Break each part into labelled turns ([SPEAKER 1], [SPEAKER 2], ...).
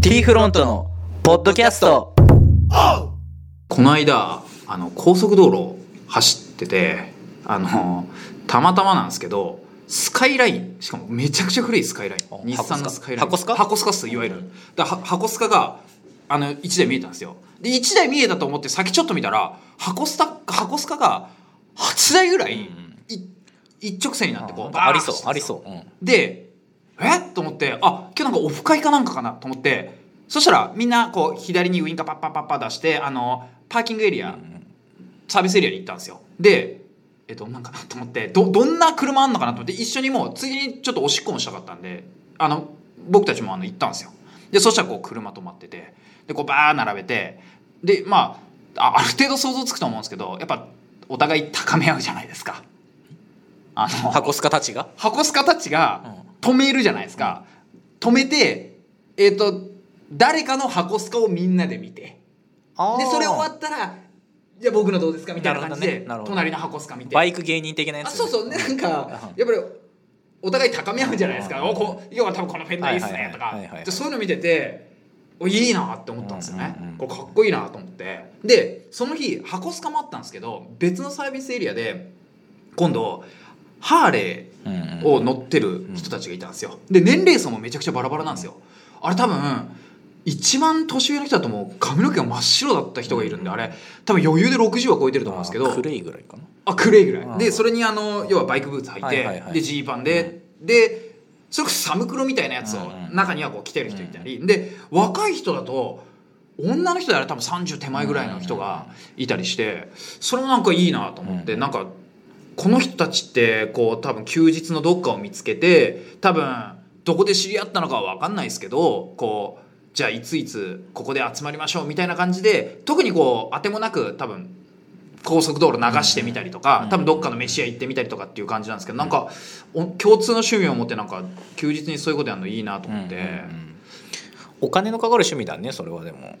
[SPEAKER 1] T フロントのポッドキャスト
[SPEAKER 2] この間あの高速道路走っててあのたまたまなんですけどスカイラインしかもめちゃくちゃ古いスカイライン
[SPEAKER 1] あ
[SPEAKER 2] 日産のスカイライン
[SPEAKER 1] 箱スカ
[SPEAKER 2] 箱スカっすいわゆるだからは箱スカがあの1台見えたんですよで1台見えたと思って先ちょっと見たら箱スタ箱スカが8台ぐらい,い、一直線になってこうバーッ
[SPEAKER 1] ありそう
[SPEAKER 2] 走っ
[SPEAKER 1] あ
[SPEAKER 2] てたんで
[SPEAKER 1] り
[SPEAKER 2] すよ
[SPEAKER 1] そう、うん
[SPEAKER 2] でえっと思ってあ今日なんかオフ会かなんかかなと思ってそしたらみんなこう左にウインカーパッパッパッパッ出してあのパーキングエリア、サービスエリアに行ったんですよでえどんなんかなと思ってどどんな車あんのかなと思って一緒にもう次にちょっとおしっこもしたかったんであの僕たちもあの行ったんですよでそしたらこう車止まっててでこうバー並べてでまああある程度想像つくと思うんですけどやっぱお互い高め合うじゃないですかあの
[SPEAKER 1] 箱スカたちが
[SPEAKER 2] 箱スカたちが止めるじゃないですか、止めてえっ、と誰かの箱スカをみんなで見てでそれ終わったら「じゃあ僕のどうですか?」みたいな感じ
[SPEAKER 1] なるほど
[SPEAKER 2] で、
[SPEAKER 1] ねなるほど
[SPEAKER 2] 隣の箱スカ見て
[SPEAKER 1] バイク芸人的なや
[SPEAKER 2] あ
[SPEAKER 1] つ
[SPEAKER 2] そうそうねなんか
[SPEAKER 1] う
[SPEAKER 2] やっぱりお互い高め合うじゃないですか「
[SPEAKER 1] うん
[SPEAKER 2] おこ要は多分このフェンダーいいっすね」と
[SPEAKER 1] はいはい
[SPEAKER 2] か
[SPEAKER 1] はいはいはい
[SPEAKER 2] でそういうの見てておいいなって思ったんですよね、
[SPEAKER 1] うんうんうん
[SPEAKER 2] これかっこいいなと思ってでその日箱スカもあったんですけど別のサービスエリアで今度ハーレー
[SPEAKER 1] うんうん
[SPEAKER 2] を乗ってる人たちがいたんですよで年齢層もめちゃくちゃバラバラなんですよあれ多分一番年上の人だともう髪の毛が真っ白だった人がいるんであれ多分余裕で60は超えてると思うんですけど
[SPEAKER 1] あークレイぐらいかな
[SPEAKER 2] あクレイぐら
[SPEAKER 1] あ
[SPEAKER 2] い
[SPEAKER 1] ー
[SPEAKER 2] でそれにあの要はバイクブーツ履い
[SPEAKER 1] はいはい
[SPEAKER 2] て
[SPEAKER 1] はい
[SPEAKER 2] でジーパンででそれこそサムクロみたいなやつを
[SPEAKER 1] うんうん
[SPEAKER 2] 中にはこう着てる人いたりで若い人だと女の人であれ多分30手前ぐらいの人がいたりしてそれもなんかいいなと思っ
[SPEAKER 1] う
[SPEAKER 2] て
[SPEAKER 1] ん
[SPEAKER 2] なんかこの人たちってこう多分休日のどっかを見つけて多分どこで知り合ったのかは分かんないですけどこうじゃあいついつここで集まりましょうみたいな感じで特にこう当てもなく多分高速道路流してみたりとか、
[SPEAKER 1] うん
[SPEAKER 2] 多分どっかの飯屋行ってみたりとかっていう感じなんですけど、なんかお共通の趣味を持ってなんか休日にそういうことやるのいいなと思って、
[SPEAKER 1] うんうんうんお金のかかる趣味だねそれはでも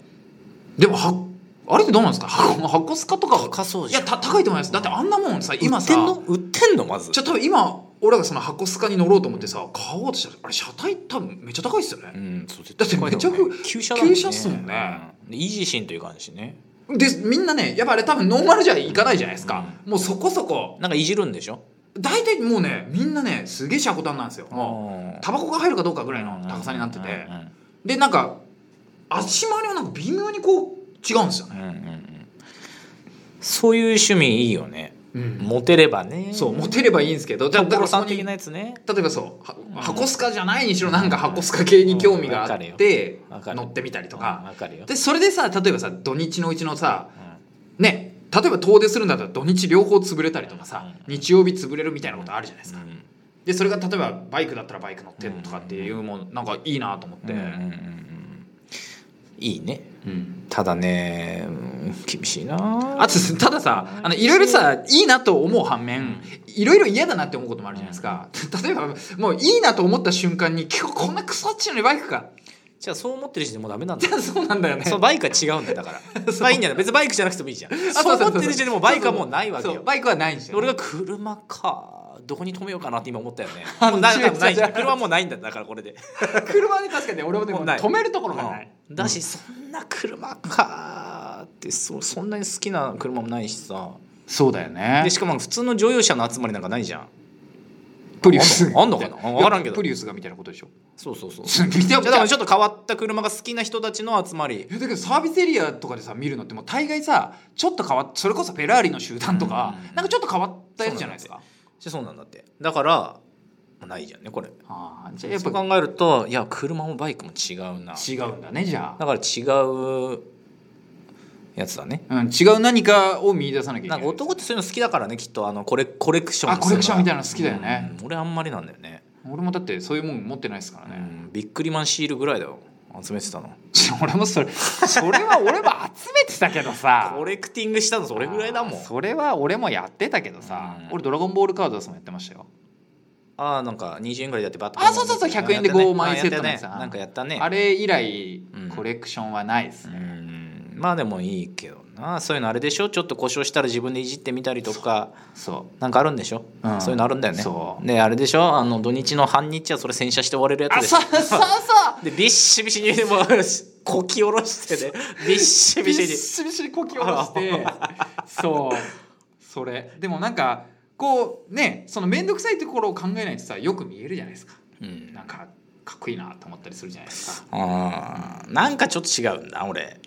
[SPEAKER 2] でもはあれってどうなんですか箱箱スカとか
[SPEAKER 1] 高そう
[SPEAKER 2] い
[SPEAKER 1] じゃ
[SPEAKER 2] や
[SPEAKER 1] ん
[SPEAKER 2] た高いと思いますだってあんなもんさ今
[SPEAKER 1] 売
[SPEAKER 2] さ
[SPEAKER 1] ってんの売ってんのまず
[SPEAKER 2] じゃあ多分今俺らがその箱スカに乗ろうと思ってさ買おうとしたらあれ車体多分めっちゃ高いっすよね、
[SPEAKER 1] うんそう絶
[SPEAKER 2] だって
[SPEAKER 1] 高い
[SPEAKER 2] めちゃ
[SPEAKER 1] だ
[SPEAKER 2] く
[SPEAKER 1] ろうね旧車だもんね
[SPEAKER 2] 旧車っすもんね
[SPEAKER 1] うんでイージーシンという感じね
[SPEAKER 2] でみんなねやっぱあれ多分ノーマルじゃいかないじゃないですか、もうそこそこ
[SPEAKER 1] なんかいじるんでしょ
[SPEAKER 2] 大体もうねみんなねすげえ車庫たんなんですよもう
[SPEAKER 1] あ
[SPEAKER 2] タバコが入るかどうかぐらいの高さになってて、でなんか足回りはなんか微妙にこう違うんですよね、
[SPEAKER 1] そういう趣味いいよね
[SPEAKER 2] うん、
[SPEAKER 1] モテればね
[SPEAKER 2] そうモテればいいんですけどじゃあだか
[SPEAKER 1] 所
[SPEAKER 2] らそ
[SPEAKER 1] さ
[SPEAKER 2] こ
[SPEAKER 1] ん的
[SPEAKER 2] に
[SPEAKER 1] な
[SPEAKER 2] 例
[SPEAKER 1] やつね
[SPEAKER 2] えばそうは箱スカじゃないにしろなんか箱スカ系に興味があって
[SPEAKER 1] うんわかるよ
[SPEAKER 2] 乗ってみたりと
[SPEAKER 1] うん
[SPEAKER 2] か
[SPEAKER 1] わかるよ
[SPEAKER 2] でそれでさ例えばさ土日のうちのさ
[SPEAKER 1] う
[SPEAKER 2] ね例えば遠出するんだったら土日両方潰れたりとかさ
[SPEAKER 1] うん
[SPEAKER 2] 日曜日潰れるみたいなことあるじゃないで
[SPEAKER 1] ん
[SPEAKER 2] すかでそれが例えばバイクだったらバイク乗ってとかっていうもんなんかいいなと思って
[SPEAKER 1] うんうんうんうんいいね
[SPEAKER 2] うん
[SPEAKER 1] ただねうん厳しいな
[SPEAKER 2] あとたださあのいろいろさいいなと思う反面いろいろ嫌だなって思うこともあるじゃないですか例えばもういいなと思った瞬間に今日こんなクソっちのにバイクか
[SPEAKER 1] じゃあそう思ってる時点でもうダメなんだ
[SPEAKER 2] じゃあそうなんだよね
[SPEAKER 1] そのバイクは違うんだよだから まあいいんじゃない別にバイクじゃなくてもいいじゃん
[SPEAKER 2] あ
[SPEAKER 1] そう思ってる時点でもうバイクはもうないわけ
[SPEAKER 2] そう
[SPEAKER 1] よ
[SPEAKER 2] バイクはないんです
[SPEAKER 1] で
[SPEAKER 2] よ
[SPEAKER 1] 俺が車かどこに止めようかなって今思った よね
[SPEAKER 2] あ
[SPEAKER 1] もうな
[SPEAKER 2] 違う違う違う
[SPEAKER 1] ないじゃん車はもうないんだだからこれで
[SPEAKER 2] 車に確かにね俺もでも
[SPEAKER 1] もうない
[SPEAKER 2] 止めるところがない
[SPEAKER 1] うんだしそんな車かってそそんなに好きな車もないしさ
[SPEAKER 2] そうだよね
[SPEAKER 1] でしかも普通の乗用車の集まりなんかないじゃん
[SPEAKER 2] プリウス
[SPEAKER 1] あんのあんのかなわからんけど
[SPEAKER 2] プリウスがみたいなことでしょ
[SPEAKER 1] そうそうそうじ
[SPEAKER 2] 見て
[SPEAKER 1] ゃあ
[SPEAKER 2] よ
[SPEAKER 1] だからちょっと変わった車が好きな人たちの集まり
[SPEAKER 2] いやだけどサービスエリアとかでさ見るのってもう大概さちょっと変わっそれこそフェラーリの集団とか、
[SPEAKER 1] うん
[SPEAKER 2] なんかちょっと変わったやつじゃないですか
[SPEAKER 1] してそうなんだってだからないじゃんねこれ
[SPEAKER 2] ああーじゃあ
[SPEAKER 1] や
[SPEAKER 2] やっ
[SPEAKER 1] っぱ
[SPEAKER 2] ぱ
[SPEAKER 1] 考えるといや車もバイクも違うな
[SPEAKER 2] 違うんだねじゃあ
[SPEAKER 1] だから違うやつだね
[SPEAKER 2] うん、違う何かを見出さなきゃいけ
[SPEAKER 1] な
[SPEAKER 2] ない
[SPEAKER 1] んか男ってそういうの好きだからねきっとあのコレコレクション
[SPEAKER 2] あコレクションみたいなの好きだよね、
[SPEAKER 1] うん俺あんまりなんだよね、
[SPEAKER 2] 俺もだってそういうもん持ってないですから
[SPEAKER 1] う
[SPEAKER 2] ね、
[SPEAKER 1] ん、ビックリマンシールぐらいだよ集めてたの
[SPEAKER 2] 俺もそれそれは俺も集めてたけどさ
[SPEAKER 1] コレクティングしたのそれぐらいだもん
[SPEAKER 2] あーそれは俺もやってたけどさ、
[SPEAKER 1] うん
[SPEAKER 2] 俺ドラゴンボールカードさもやってましたよ、
[SPEAKER 1] ああなんか20円ぐらいだってバッ
[SPEAKER 2] あそうそうそう100円で
[SPEAKER 1] やったね
[SPEAKER 2] 5枚セットのやつ
[SPEAKER 1] あやったねなんかやったね
[SPEAKER 2] あれ以来
[SPEAKER 1] うん
[SPEAKER 2] コレクションはないです
[SPEAKER 1] う
[SPEAKER 2] ね、
[SPEAKER 1] んまあでもいいけどなそういうのあれでしょちょっと故障したら自分でいじってみたりとか
[SPEAKER 2] そ
[SPEAKER 1] なんかあるんでしょ、
[SPEAKER 2] うん
[SPEAKER 1] そういうのあるんだよね
[SPEAKER 2] そう
[SPEAKER 1] であれでしょあの土日の半日はそれ洗車して終われる
[SPEAKER 2] う
[SPEAKER 1] や
[SPEAKER 2] あ
[SPEAKER 1] つで
[SPEAKER 2] そうそうそう
[SPEAKER 1] でびっしびしにもうこき下ろしてねびっしび
[SPEAKER 2] びっ
[SPEAKER 1] しに
[SPEAKER 2] しびしに呼吸を下ろしてそうそれでもなんかこうねその面倒くさいところを考えないとさよく見えるじゃないですか
[SPEAKER 1] うん
[SPEAKER 2] なんかかっこいいなと思ったりするじゃないで すか
[SPEAKER 1] あーなんかちょっと違うんだ俺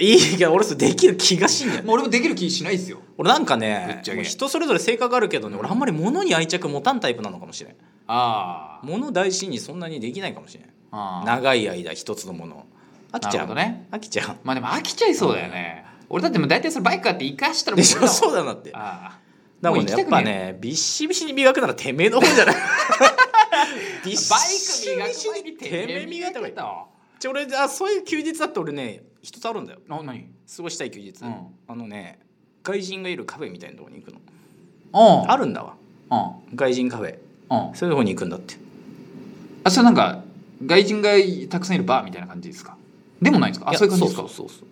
[SPEAKER 1] いいけど俺それできる気がしんだよね
[SPEAKER 2] もう俺もできる気しないですよ
[SPEAKER 1] 俺なんか
[SPEAKER 2] ぶっ
[SPEAKER 1] ね
[SPEAKER 2] ちゃけ
[SPEAKER 1] もう人それぞれ性格あるけどね俺あんまり物に愛着持たんタイプなのかもしれん
[SPEAKER 2] あー
[SPEAKER 1] 物大事にそんなにできないかもしれん
[SPEAKER 2] あー
[SPEAKER 1] 長い間一つのもの飽きちゃう
[SPEAKER 2] なるほどね
[SPEAKER 1] 飽きちゃう
[SPEAKER 2] まあでも飽きちゃいそうだよね俺だってもう大体それバイク買って生か したらも
[SPEAKER 1] で
[SPEAKER 2] う
[SPEAKER 1] しょそうだなってだか
[SPEAKER 2] ああ
[SPEAKER 1] ら
[SPEAKER 2] もう
[SPEAKER 1] ねや
[SPEAKER 2] 行き
[SPEAKER 1] った
[SPEAKER 2] く
[SPEAKER 1] ぱ
[SPEAKER 2] ね
[SPEAKER 1] ねびっしびしに磨くならてめえの方じゃないびっ
[SPEAKER 2] バイ
[SPEAKER 1] し
[SPEAKER 2] ク磨
[SPEAKER 1] び
[SPEAKER 2] く
[SPEAKER 1] し
[SPEAKER 2] 前
[SPEAKER 1] に
[SPEAKER 2] に
[SPEAKER 1] て
[SPEAKER 2] て
[SPEAKER 1] め
[SPEAKER 2] め
[SPEAKER 1] え磨
[SPEAKER 2] え磨
[SPEAKER 1] いた
[SPEAKER 2] いた
[SPEAKER 1] 方が
[SPEAKER 2] 方が
[SPEAKER 1] いい
[SPEAKER 2] いいあ
[SPEAKER 1] ちょ俺あそういう休日だって俺ね一つあるんだよ
[SPEAKER 2] 何
[SPEAKER 1] 過ごしたい休日、
[SPEAKER 2] うん
[SPEAKER 1] あのね外人がいるカフェみたいなとこに行くの
[SPEAKER 2] うん
[SPEAKER 1] あるんだわ
[SPEAKER 2] うん
[SPEAKER 1] 外人カフェ
[SPEAKER 2] うん
[SPEAKER 1] そういうとこに行くんだって
[SPEAKER 2] あそれなんか外人がたくさんいるバーみたいな感じですかでもないんですかあそういう感じですか
[SPEAKER 1] やそうそうそうそう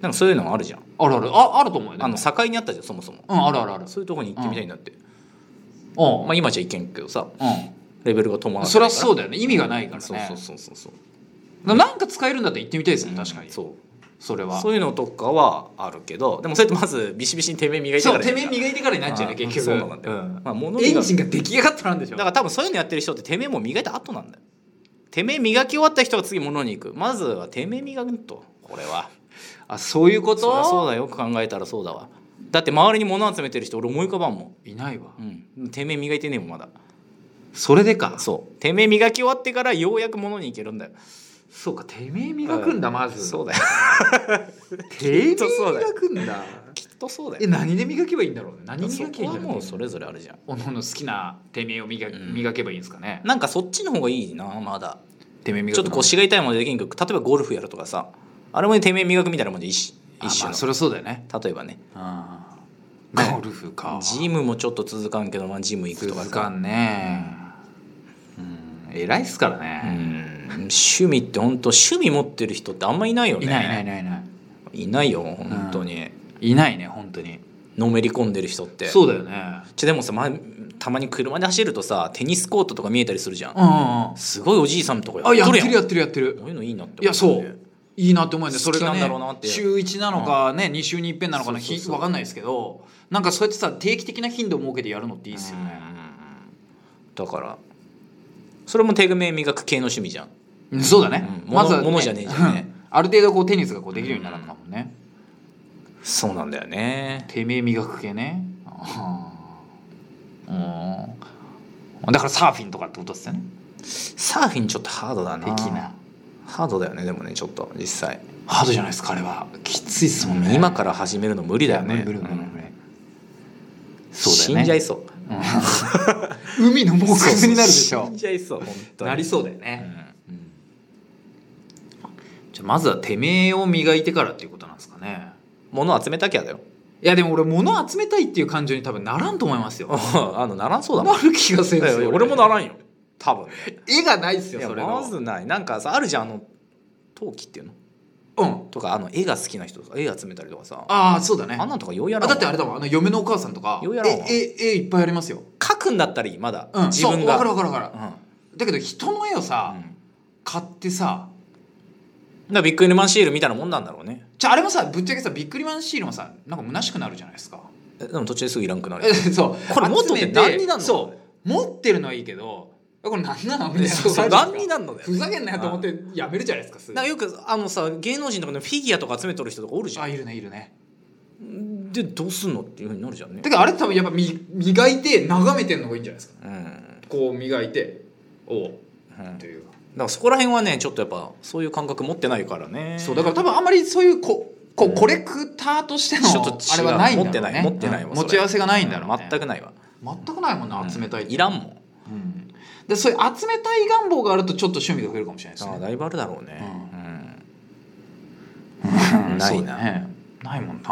[SPEAKER 1] なんかそういうのがあるじゃん
[SPEAKER 2] あるあるああると思うよね
[SPEAKER 1] あの境にあったじゃんそもそも
[SPEAKER 2] うんあるあるある
[SPEAKER 1] そういうとこに行ってみたいんだって、
[SPEAKER 2] うん、
[SPEAKER 1] まあ今じゃいけんけどさ
[SPEAKER 2] う
[SPEAKER 1] レベルが伴わ
[SPEAKER 2] ん、そり
[SPEAKER 1] れ
[SPEAKER 2] ゃそう
[SPEAKER 1] だ
[SPEAKER 2] だよね意味がないからね、
[SPEAKER 1] そうそうそうそう
[SPEAKER 2] なんか使えるんだったら行ってみたいですね確かに、
[SPEAKER 1] そう
[SPEAKER 2] それは
[SPEAKER 1] そういうのとかはあるけどでもそれってまずビシビシにてめえ磨いて
[SPEAKER 2] そ
[SPEAKER 1] か
[SPEAKER 2] う
[SPEAKER 1] ら
[SPEAKER 2] てめえ磨いてからになっちゃうね
[SPEAKER 1] あ
[SPEAKER 2] 結局
[SPEAKER 1] そうなんだよ
[SPEAKER 2] ん
[SPEAKER 1] まあ物
[SPEAKER 2] エ
[SPEAKER 1] に
[SPEAKER 2] ン
[SPEAKER 1] が
[SPEAKER 2] ジンが出来上がったなんでしょ
[SPEAKER 1] だから多分そういうのやってる人っててめえもう磨いた後なんだよてめえ磨き終わった人が次物に行くまずはてめえ磨くとこれは
[SPEAKER 2] あそういうこ
[SPEAKER 1] そりゃそ
[SPEAKER 2] と
[SPEAKER 1] うだよよく考えたらそうだわだって周りに物集めてる人俺思い浮かばんもん
[SPEAKER 2] いないわ
[SPEAKER 1] うん、てめえ磨いてねえもんまだ
[SPEAKER 2] それでか
[SPEAKER 1] そうてめえ磨き終わってからようやく物に行けるんだよ
[SPEAKER 2] そうかてめえ磨くんだまず
[SPEAKER 1] そうだよ
[SPEAKER 2] てめえ
[SPEAKER 1] きっとそうだよ
[SPEAKER 2] 磨くんだ
[SPEAKER 1] きっとそうだ
[SPEAKER 2] え
[SPEAKER 1] よ
[SPEAKER 2] 何で磨けばいいんだろうね何
[SPEAKER 1] そ
[SPEAKER 2] 磨け
[SPEAKER 1] こ
[SPEAKER 2] ば
[SPEAKER 1] は
[SPEAKER 2] い
[SPEAKER 1] い
[SPEAKER 2] んだろ
[SPEAKER 1] も
[SPEAKER 2] う
[SPEAKER 1] うそれぞれあるじゃん
[SPEAKER 2] おのおの好きなてめえを磨,、
[SPEAKER 1] ん
[SPEAKER 2] 磨けばいいんですかね
[SPEAKER 1] なんかそっちの方がいいなまだ
[SPEAKER 2] てめえ磨
[SPEAKER 1] ちょっと腰が痛いまでできんけど例えばゴルフやるとかさあれもてめえ磨くみたいなもんで一
[SPEAKER 2] 一
[SPEAKER 1] 一緒
[SPEAKER 2] 緒、まあ、
[SPEAKER 1] の
[SPEAKER 2] そりゃそうだよね
[SPEAKER 1] 例えばね
[SPEAKER 2] ゴルフか
[SPEAKER 1] ジムもちょっと続かんけど、まあ、ジム行くとか
[SPEAKER 2] 続
[SPEAKER 1] さ
[SPEAKER 2] かんねうん偉いっすから
[SPEAKER 1] う
[SPEAKER 2] ね、
[SPEAKER 1] ん趣味って本当趣味持ってる人ってあんまいないよね
[SPEAKER 2] いないいないいないいない
[SPEAKER 1] いないよ本当に、
[SPEAKER 2] いないね本当に
[SPEAKER 1] のめり込んでる人って
[SPEAKER 2] そうだよね
[SPEAKER 1] ちょでもさ、ま、たまに車で走るとさテニスコートとか見えたりするじゃん、
[SPEAKER 2] うんうんうん
[SPEAKER 1] すごいおじいさんとか
[SPEAKER 2] あや
[SPEAKER 1] っ
[SPEAKER 2] っ
[SPEAKER 1] とる
[SPEAKER 2] て
[SPEAKER 1] やん
[SPEAKER 2] るやってるやってる
[SPEAKER 1] こういうのいいなって
[SPEAKER 2] いや
[SPEAKER 1] 思
[SPEAKER 2] そ
[SPEAKER 1] よね
[SPEAKER 2] ういいなって思うんでそれが
[SPEAKER 1] 好き
[SPEAKER 2] ね
[SPEAKER 1] なんだろうなって
[SPEAKER 2] 週1なのかね2週に1遍なのかな
[SPEAKER 1] そうそう
[SPEAKER 2] ひ
[SPEAKER 1] そう
[SPEAKER 2] わかんないですけどなんかそうやってさ定期的な頻度を設けてやるのっていいっすよね
[SPEAKER 1] だからそれも手組磨く系の趣味じゃん
[SPEAKER 2] うんそうだね
[SPEAKER 1] うん
[SPEAKER 2] まずは
[SPEAKER 1] ものものじゃねえじゃんね
[SPEAKER 2] うんある程度こうテニスがこうできるようになるのかもね
[SPEAKER 1] そうなんだよね
[SPEAKER 2] てめえ磨く系ねあーうんだからサーフィンとかってことですよね
[SPEAKER 1] サーフィンちょっとハードだな
[SPEAKER 2] 的な
[SPEAKER 1] ハードだよねでもねちょっと実際、
[SPEAKER 2] ハードじゃないですかあれはきついっすもんね
[SPEAKER 1] 今からら始めるの無理だよね
[SPEAKER 2] 無理無理無理
[SPEAKER 1] うん
[SPEAKER 2] 無理そう
[SPEAKER 1] 死
[SPEAKER 2] だ
[SPEAKER 1] ん
[SPEAKER 2] よ
[SPEAKER 1] じゃ
[SPEAKER 2] ね
[SPEAKER 1] いそう
[SPEAKER 2] うん海のもう
[SPEAKER 1] そうそう
[SPEAKER 2] になるでしょ
[SPEAKER 1] 死んじゃいそう本当に
[SPEAKER 2] なりそうだよ
[SPEAKER 1] う
[SPEAKER 2] ね、
[SPEAKER 1] ん
[SPEAKER 2] うんじゃあまずはてめえを磨いてからっていうことなんですかね
[SPEAKER 1] 物集めたきゃだよ
[SPEAKER 2] いやでも俺物集めたいっていう感情に多分ならんと思いますよ
[SPEAKER 1] あのならんそうだもん
[SPEAKER 2] なる気がするんです
[SPEAKER 1] いや
[SPEAKER 2] よ
[SPEAKER 1] 俺もならんよ多分
[SPEAKER 2] 絵がないっす
[SPEAKER 1] い
[SPEAKER 2] よ
[SPEAKER 1] や
[SPEAKER 2] それの
[SPEAKER 1] まずないなんかさあるじゃんあの陶器っていうの
[SPEAKER 2] うん
[SPEAKER 1] とかあの絵が好きな人とか絵集めたりとかさ
[SPEAKER 2] ああそうだね
[SPEAKER 1] あんなんとかようやら
[SPEAKER 2] あ
[SPEAKER 1] んわ
[SPEAKER 2] だってあれだもんあの嫁のお母さんとか
[SPEAKER 1] ようやらんわ
[SPEAKER 2] えええいっぱいありますよ、
[SPEAKER 1] 書くんだったらいいまだ、
[SPEAKER 2] うん、
[SPEAKER 1] 自分が
[SPEAKER 2] そう分かる分かる分か
[SPEAKER 1] うん
[SPEAKER 2] るだけど人の絵をさ、
[SPEAKER 1] うん
[SPEAKER 2] 買ってさ
[SPEAKER 1] だからビッグイルマンシールみたいなもんなんだろうね
[SPEAKER 2] じゃああれもさぶっちゃけさビックリマンシールもさなんか虚しくなるじゃないですか
[SPEAKER 1] えでも途中ですぐいらんくなる
[SPEAKER 2] え そう
[SPEAKER 1] これ持っとけ
[SPEAKER 2] 集め
[SPEAKER 1] 何になんの
[SPEAKER 2] そう持ってるのはいいけどこれ何なのみたいな
[SPEAKER 1] そう何になんのだよ
[SPEAKER 2] ふざけんなよと思ってやめるじゃないですかすぐ
[SPEAKER 1] なんかよくあのさ芸能人とかのフィギュアとか集めとる人とかおるじゃ
[SPEAKER 2] あ
[SPEAKER 1] ん
[SPEAKER 2] いるねいるね
[SPEAKER 1] でどうすんのっていうふうになるじゃんね
[SPEAKER 2] だからあれ多分やっぱみ磨いて眺めてるのがいいんじゃないですか
[SPEAKER 1] うん、うん、
[SPEAKER 2] こう磨いておう
[SPEAKER 1] だ
[SPEAKER 2] という
[SPEAKER 1] からそこら辺はねちょっとやっぱそういう感覚持ってないからね
[SPEAKER 2] そうだから多分あんまりそういうここうコレクターとしての
[SPEAKER 1] ちょっと違う
[SPEAKER 2] あれはないんだろう、
[SPEAKER 1] 持ってな
[SPEAKER 2] ね、
[SPEAKER 1] い持ってないわ
[SPEAKER 2] うん
[SPEAKER 1] そ
[SPEAKER 2] 持
[SPEAKER 1] れ
[SPEAKER 2] ち合わせがないんだろう、ね
[SPEAKER 1] ん全くないわ
[SPEAKER 2] 全くないもんな集めたいって
[SPEAKER 1] いらんもん
[SPEAKER 2] うんでそういう集めたい願望があるとちょっと趣味が増えるかもしれないです
[SPEAKER 1] ああ
[SPEAKER 2] ね
[SPEAKER 1] だいぶあるだろうね
[SPEAKER 2] う
[SPEAKER 1] うん
[SPEAKER 2] そ
[SPEAKER 1] な
[SPEAKER 2] う
[SPEAKER 1] い
[SPEAKER 2] だ
[SPEAKER 1] な
[SPEAKER 2] ねないもん
[SPEAKER 1] うん、
[SPEAKER 2] な、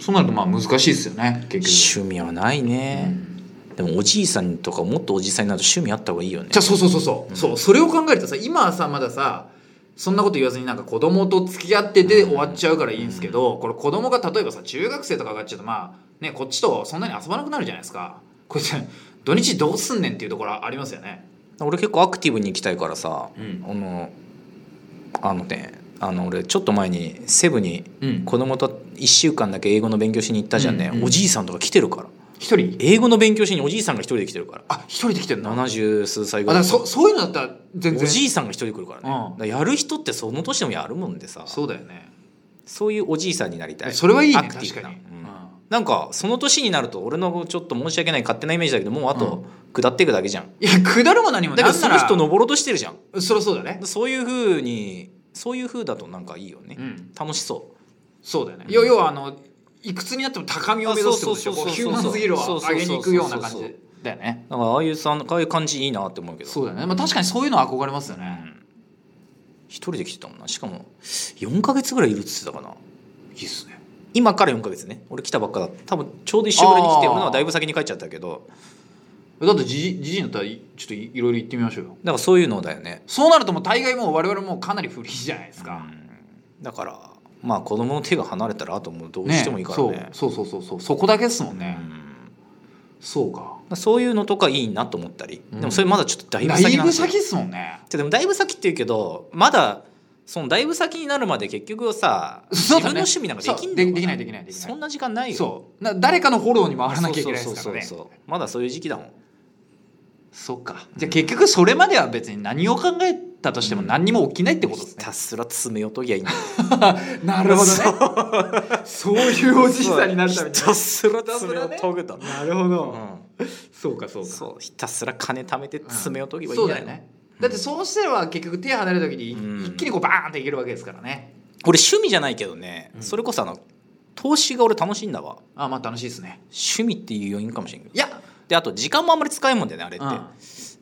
[SPEAKER 2] そうなるとまあ難しいですよね結局、
[SPEAKER 1] 趣味はないね、でもおじいさんとかもっとおじいさんになると趣味あった方がいいよね
[SPEAKER 2] じゃあそうそうそうそう,、そうそれを考えるとさ今はさまださそんなこと言わずになんか子供と付き合ってて終わっちゃうからいいんですけど、これ子供が例えばさ中学生とか上がっちゃうとまあねこっちとそんなに遊ばなくなるじゃないですかこれじゃ土日どうすんねんっていうところありますよね
[SPEAKER 1] 俺結構アクティブに行きたいからさ、
[SPEAKER 2] うん
[SPEAKER 1] あのあのねあの俺ちょっと前にセブに
[SPEAKER 2] うん
[SPEAKER 1] 子供と1週間だけ英語の勉強しに行ったじゃんね、
[SPEAKER 2] うんうん
[SPEAKER 1] おじいさんとか来てるから
[SPEAKER 2] 一人
[SPEAKER 1] 英語の勉強しにおじいさんが一人で来てるから
[SPEAKER 2] あ一人で来てんのあだ
[SPEAKER 1] 70数歳ぐ
[SPEAKER 2] から
[SPEAKER 1] い
[SPEAKER 2] ら
[SPEAKER 1] の
[SPEAKER 2] そそういうのだったら全
[SPEAKER 1] お
[SPEAKER 2] 然
[SPEAKER 1] じいさんが一人で来るからね、
[SPEAKER 2] うん
[SPEAKER 1] だからやる人ってその年でもやるもんでさ
[SPEAKER 2] そうだよね
[SPEAKER 1] そういうおじいさんになりたい
[SPEAKER 2] それはいい
[SPEAKER 1] ア
[SPEAKER 2] ね
[SPEAKER 1] クティ
[SPEAKER 2] 確
[SPEAKER 1] ブ
[SPEAKER 2] か
[SPEAKER 1] な
[SPEAKER 2] に、
[SPEAKER 1] うんなんかその年になると俺のちょっと申し訳ない勝手なイメージだけどもうあと下っていくだけじゃん、
[SPEAKER 2] いや下るも何も
[SPEAKER 1] だけど
[SPEAKER 2] なん
[SPEAKER 1] その
[SPEAKER 2] なら
[SPEAKER 1] 人登ろうとしてるじゃん
[SPEAKER 2] そりゃそうだね
[SPEAKER 1] そういうふうにそういうふうだとなんかいいよね、
[SPEAKER 2] うん
[SPEAKER 1] 楽しそ
[SPEAKER 2] そうだよね、要要はあのいくつになっても高みを目指すってことでしょ
[SPEAKER 1] あそう
[SPEAKER 2] こ
[SPEAKER 1] そ
[SPEAKER 2] う
[SPEAKER 1] う
[SPEAKER 2] ヒ
[SPEAKER 1] そうそ
[SPEAKER 2] ュ
[SPEAKER 1] う
[SPEAKER 2] ーマンすぎるを上げに行くような感
[SPEAKER 1] そうそうそう
[SPEAKER 2] じだよね
[SPEAKER 1] うだからああいうさんああいう感じいいなって思うけど
[SPEAKER 2] そうだよね、まあ、確かにそういうのは憧れますよね、
[SPEAKER 1] 一人で来てたもんなしかも4か月ぐらいいるっつってたかない
[SPEAKER 2] いっすね
[SPEAKER 1] 今から4か月ね俺来たばっかだ多分ちょうど一週ぐらいに来て
[SPEAKER 2] あー
[SPEAKER 1] 俺のはだいぶ先に帰っちゃったけど
[SPEAKER 2] だってじじじいになったらいちょっといいろいろ言ってみましょうよ
[SPEAKER 1] だからそういうのだよね
[SPEAKER 2] そうなるともう大概もう我々もうかなり不利じゃないですか、
[SPEAKER 1] だからまあ子供の手が離れたらあともうどう
[SPEAKER 2] ね
[SPEAKER 1] してもいいからね
[SPEAKER 2] そうそうそうそうそうそこだけですもん
[SPEAKER 1] う
[SPEAKER 2] ね、
[SPEAKER 1] ん
[SPEAKER 2] そうか
[SPEAKER 1] そういうのとかいいなと思ったり、
[SPEAKER 2] うん
[SPEAKER 1] でもそれまだちょっとだいぶ
[SPEAKER 2] だ
[SPEAKER 1] 先
[SPEAKER 2] い
[SPEAKER 1] なんで
[SPEAKER 2] ぶ
[SPEAKER 1] すよ
[SPEAKER 2] 先っすもんね
[SPEAKER 1] じゃあでもだいぶ先って言うけどまだそのだいぶ先になるまで結局さ、自
[SPEAKER 2] そう
[SPEAKER 1] 分
[SPEAKER 2] だ
[SPEAKER 1] の
[SPEAKER 2] ね
[SPEAKER 1] 趣味なんかできんの
[SPEAKER 2] そう
[SPEAKER 1] か
[SPEAKER 2] でできないできないできない
[SPEAKER 1] そんな時間ないよ
[SPEAKER 2] そうな誰かのフォローに回らなきゃいけないですから
[SPEAKER 1] そうそ
[SPEAKER 2] ね
[SPEAKER 1] うそうそうまだそういう時期だもん
[SPEAKER 2] そっかじゃあ結局それまでは別に何を考えたとしても何にも起きないってことです
[SPEAKER 1] ひ
[SPEAKER 2] ね、
[SPEAKER 1] たすら爪を研ぎゃいいんだよ
[SPEAKER 2] なるほどねそういうおじいさんになるために
[SPEAKER 1] ひたすら爪を研ぐと、
[SPEAKER 2] なるほ
[SPEAKER 1] う
[SPEAKER 2] ど、
[SPEAKER 1] ん
[SPEAKER 2] そうかそうか
[SPEAKER 1] そうひたすら金貯めて爪を研げばいい
[SPEAKER 2] そ
[SPEAKER 1] ん
[SPEAKER 2] う
[SPEAKER 1] じゃ
[SPEAKER 2] だ
[SPEAKER 1] ない
[SPEAKER 2] よ
[SPEAKER 1] の、
[SPEAKER 2] ねだってそうしてれば結局手離れた時に
[SPEAKER 1] うん
[SPEAKER 2] 一気にこうバーンっていけるわけですからね、
[SPEAKER 1] 俺趣味じゃないけどね、
[SPEAKER 2] うん
[SPEAKER 1] それこそあの投資が俺楽しいんだわ
[SPEAKER 2] あまあ楽しいですね
[SPEAKER 1] 趣味っていう要因かもしれんけど
[SPEAKER 2] いや,、
[SPEAKER 1] であと時間もあんまり使えんもんだよねあれって、
[SPEAKER 2] うん、いや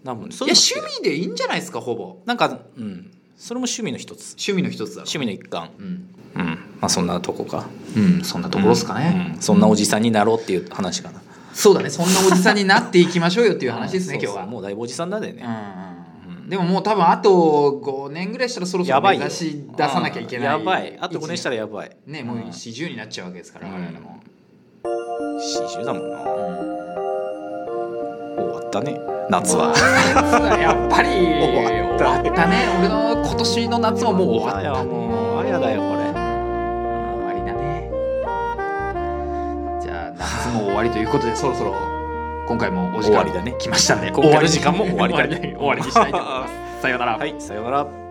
[SPEAKER 1] 多分そういうの好き
[SPEAKER 2] 趣
[SPEAKER 1] だよ
[SPEAKER 2] 味でいいんじゃないですかほぼ
[SPEAKER 1] なんかうんそれも趣味の一つ
[SPEAKER 2] 趣味の一つだろ
[SPEAKER 1] 趣味の一環
[SPEAKER 2] うん、
[SPEAKER 1] うんまあそんなとこか
[SPEAKER 2] うん、そんなところですかね、
[SPEAKER 1] うんそんなおじさんになろうっていう話かな
[SPEAKER 2] そうだねそんなおじさんになっていきましょうよっていう話ですね、
[SPEAKER 1] う んそ
[SPEAKER 2] 今日
[SPEAKER 1] う
[SPEAKER 2] は
[SPEAKER 1] そうもうだいぶおじさんだでね、
[SPEAKER 2] うんうんでももう多分あと5年ぐらいしたらそろそ
[SPEAKER 1] や
[SPEAKER 2] ろ
[SPEAKER 1] ば
[SPEAKER 2] 目
[SPEAKER 1] いよ
[SPEAKER 2] 指し出さなきゃいけない
[SPEAKER 1] うんやばいあと5年した
[SPEAKER 2] ら
[SPEAKER 1] らやばい
[SPEAKER 2] ねもううん40になっちゃうわけですから
[SPEAKER 1] うん
[SPEAKER 2] 我々も
[SPEAKER 1] 40だもんな
[SPEAKER 2] う
[SPEAKER 1] 終
[SPEAKER 2] ん
[SPEAKER 1] わったね夏は
[SPEAKER 2] やっぱ り終
[SPEAKER 1] 終
[SPEAKER 2] わ
[SPEAKER 1] わ
[SPEAKER 2] っ
[SPEAKER 1] ったた
[SPEAKER 2] ね俺の今年の夏はもう終わっ
[SPEAKER 1] だよ
[SPEAKER 2] た
[SPEAKER 1] もうあれやだよこれ
[SPEAKER 2] 終わりだねじゃあ夏も終わりということでそろそろ今回もお時
[SPEAKER 1] 終わ
[SPEAKER 2] 間
[SPEAKER 1] りだね
[SPEAKER 2] 来ましたんで
[SPEAKER 1] 今回の時間も終わりだね
[SPEAKER 2] 終わりに終わりにしたいと思いますさような ら
[SPEAKER 1] はいさようなら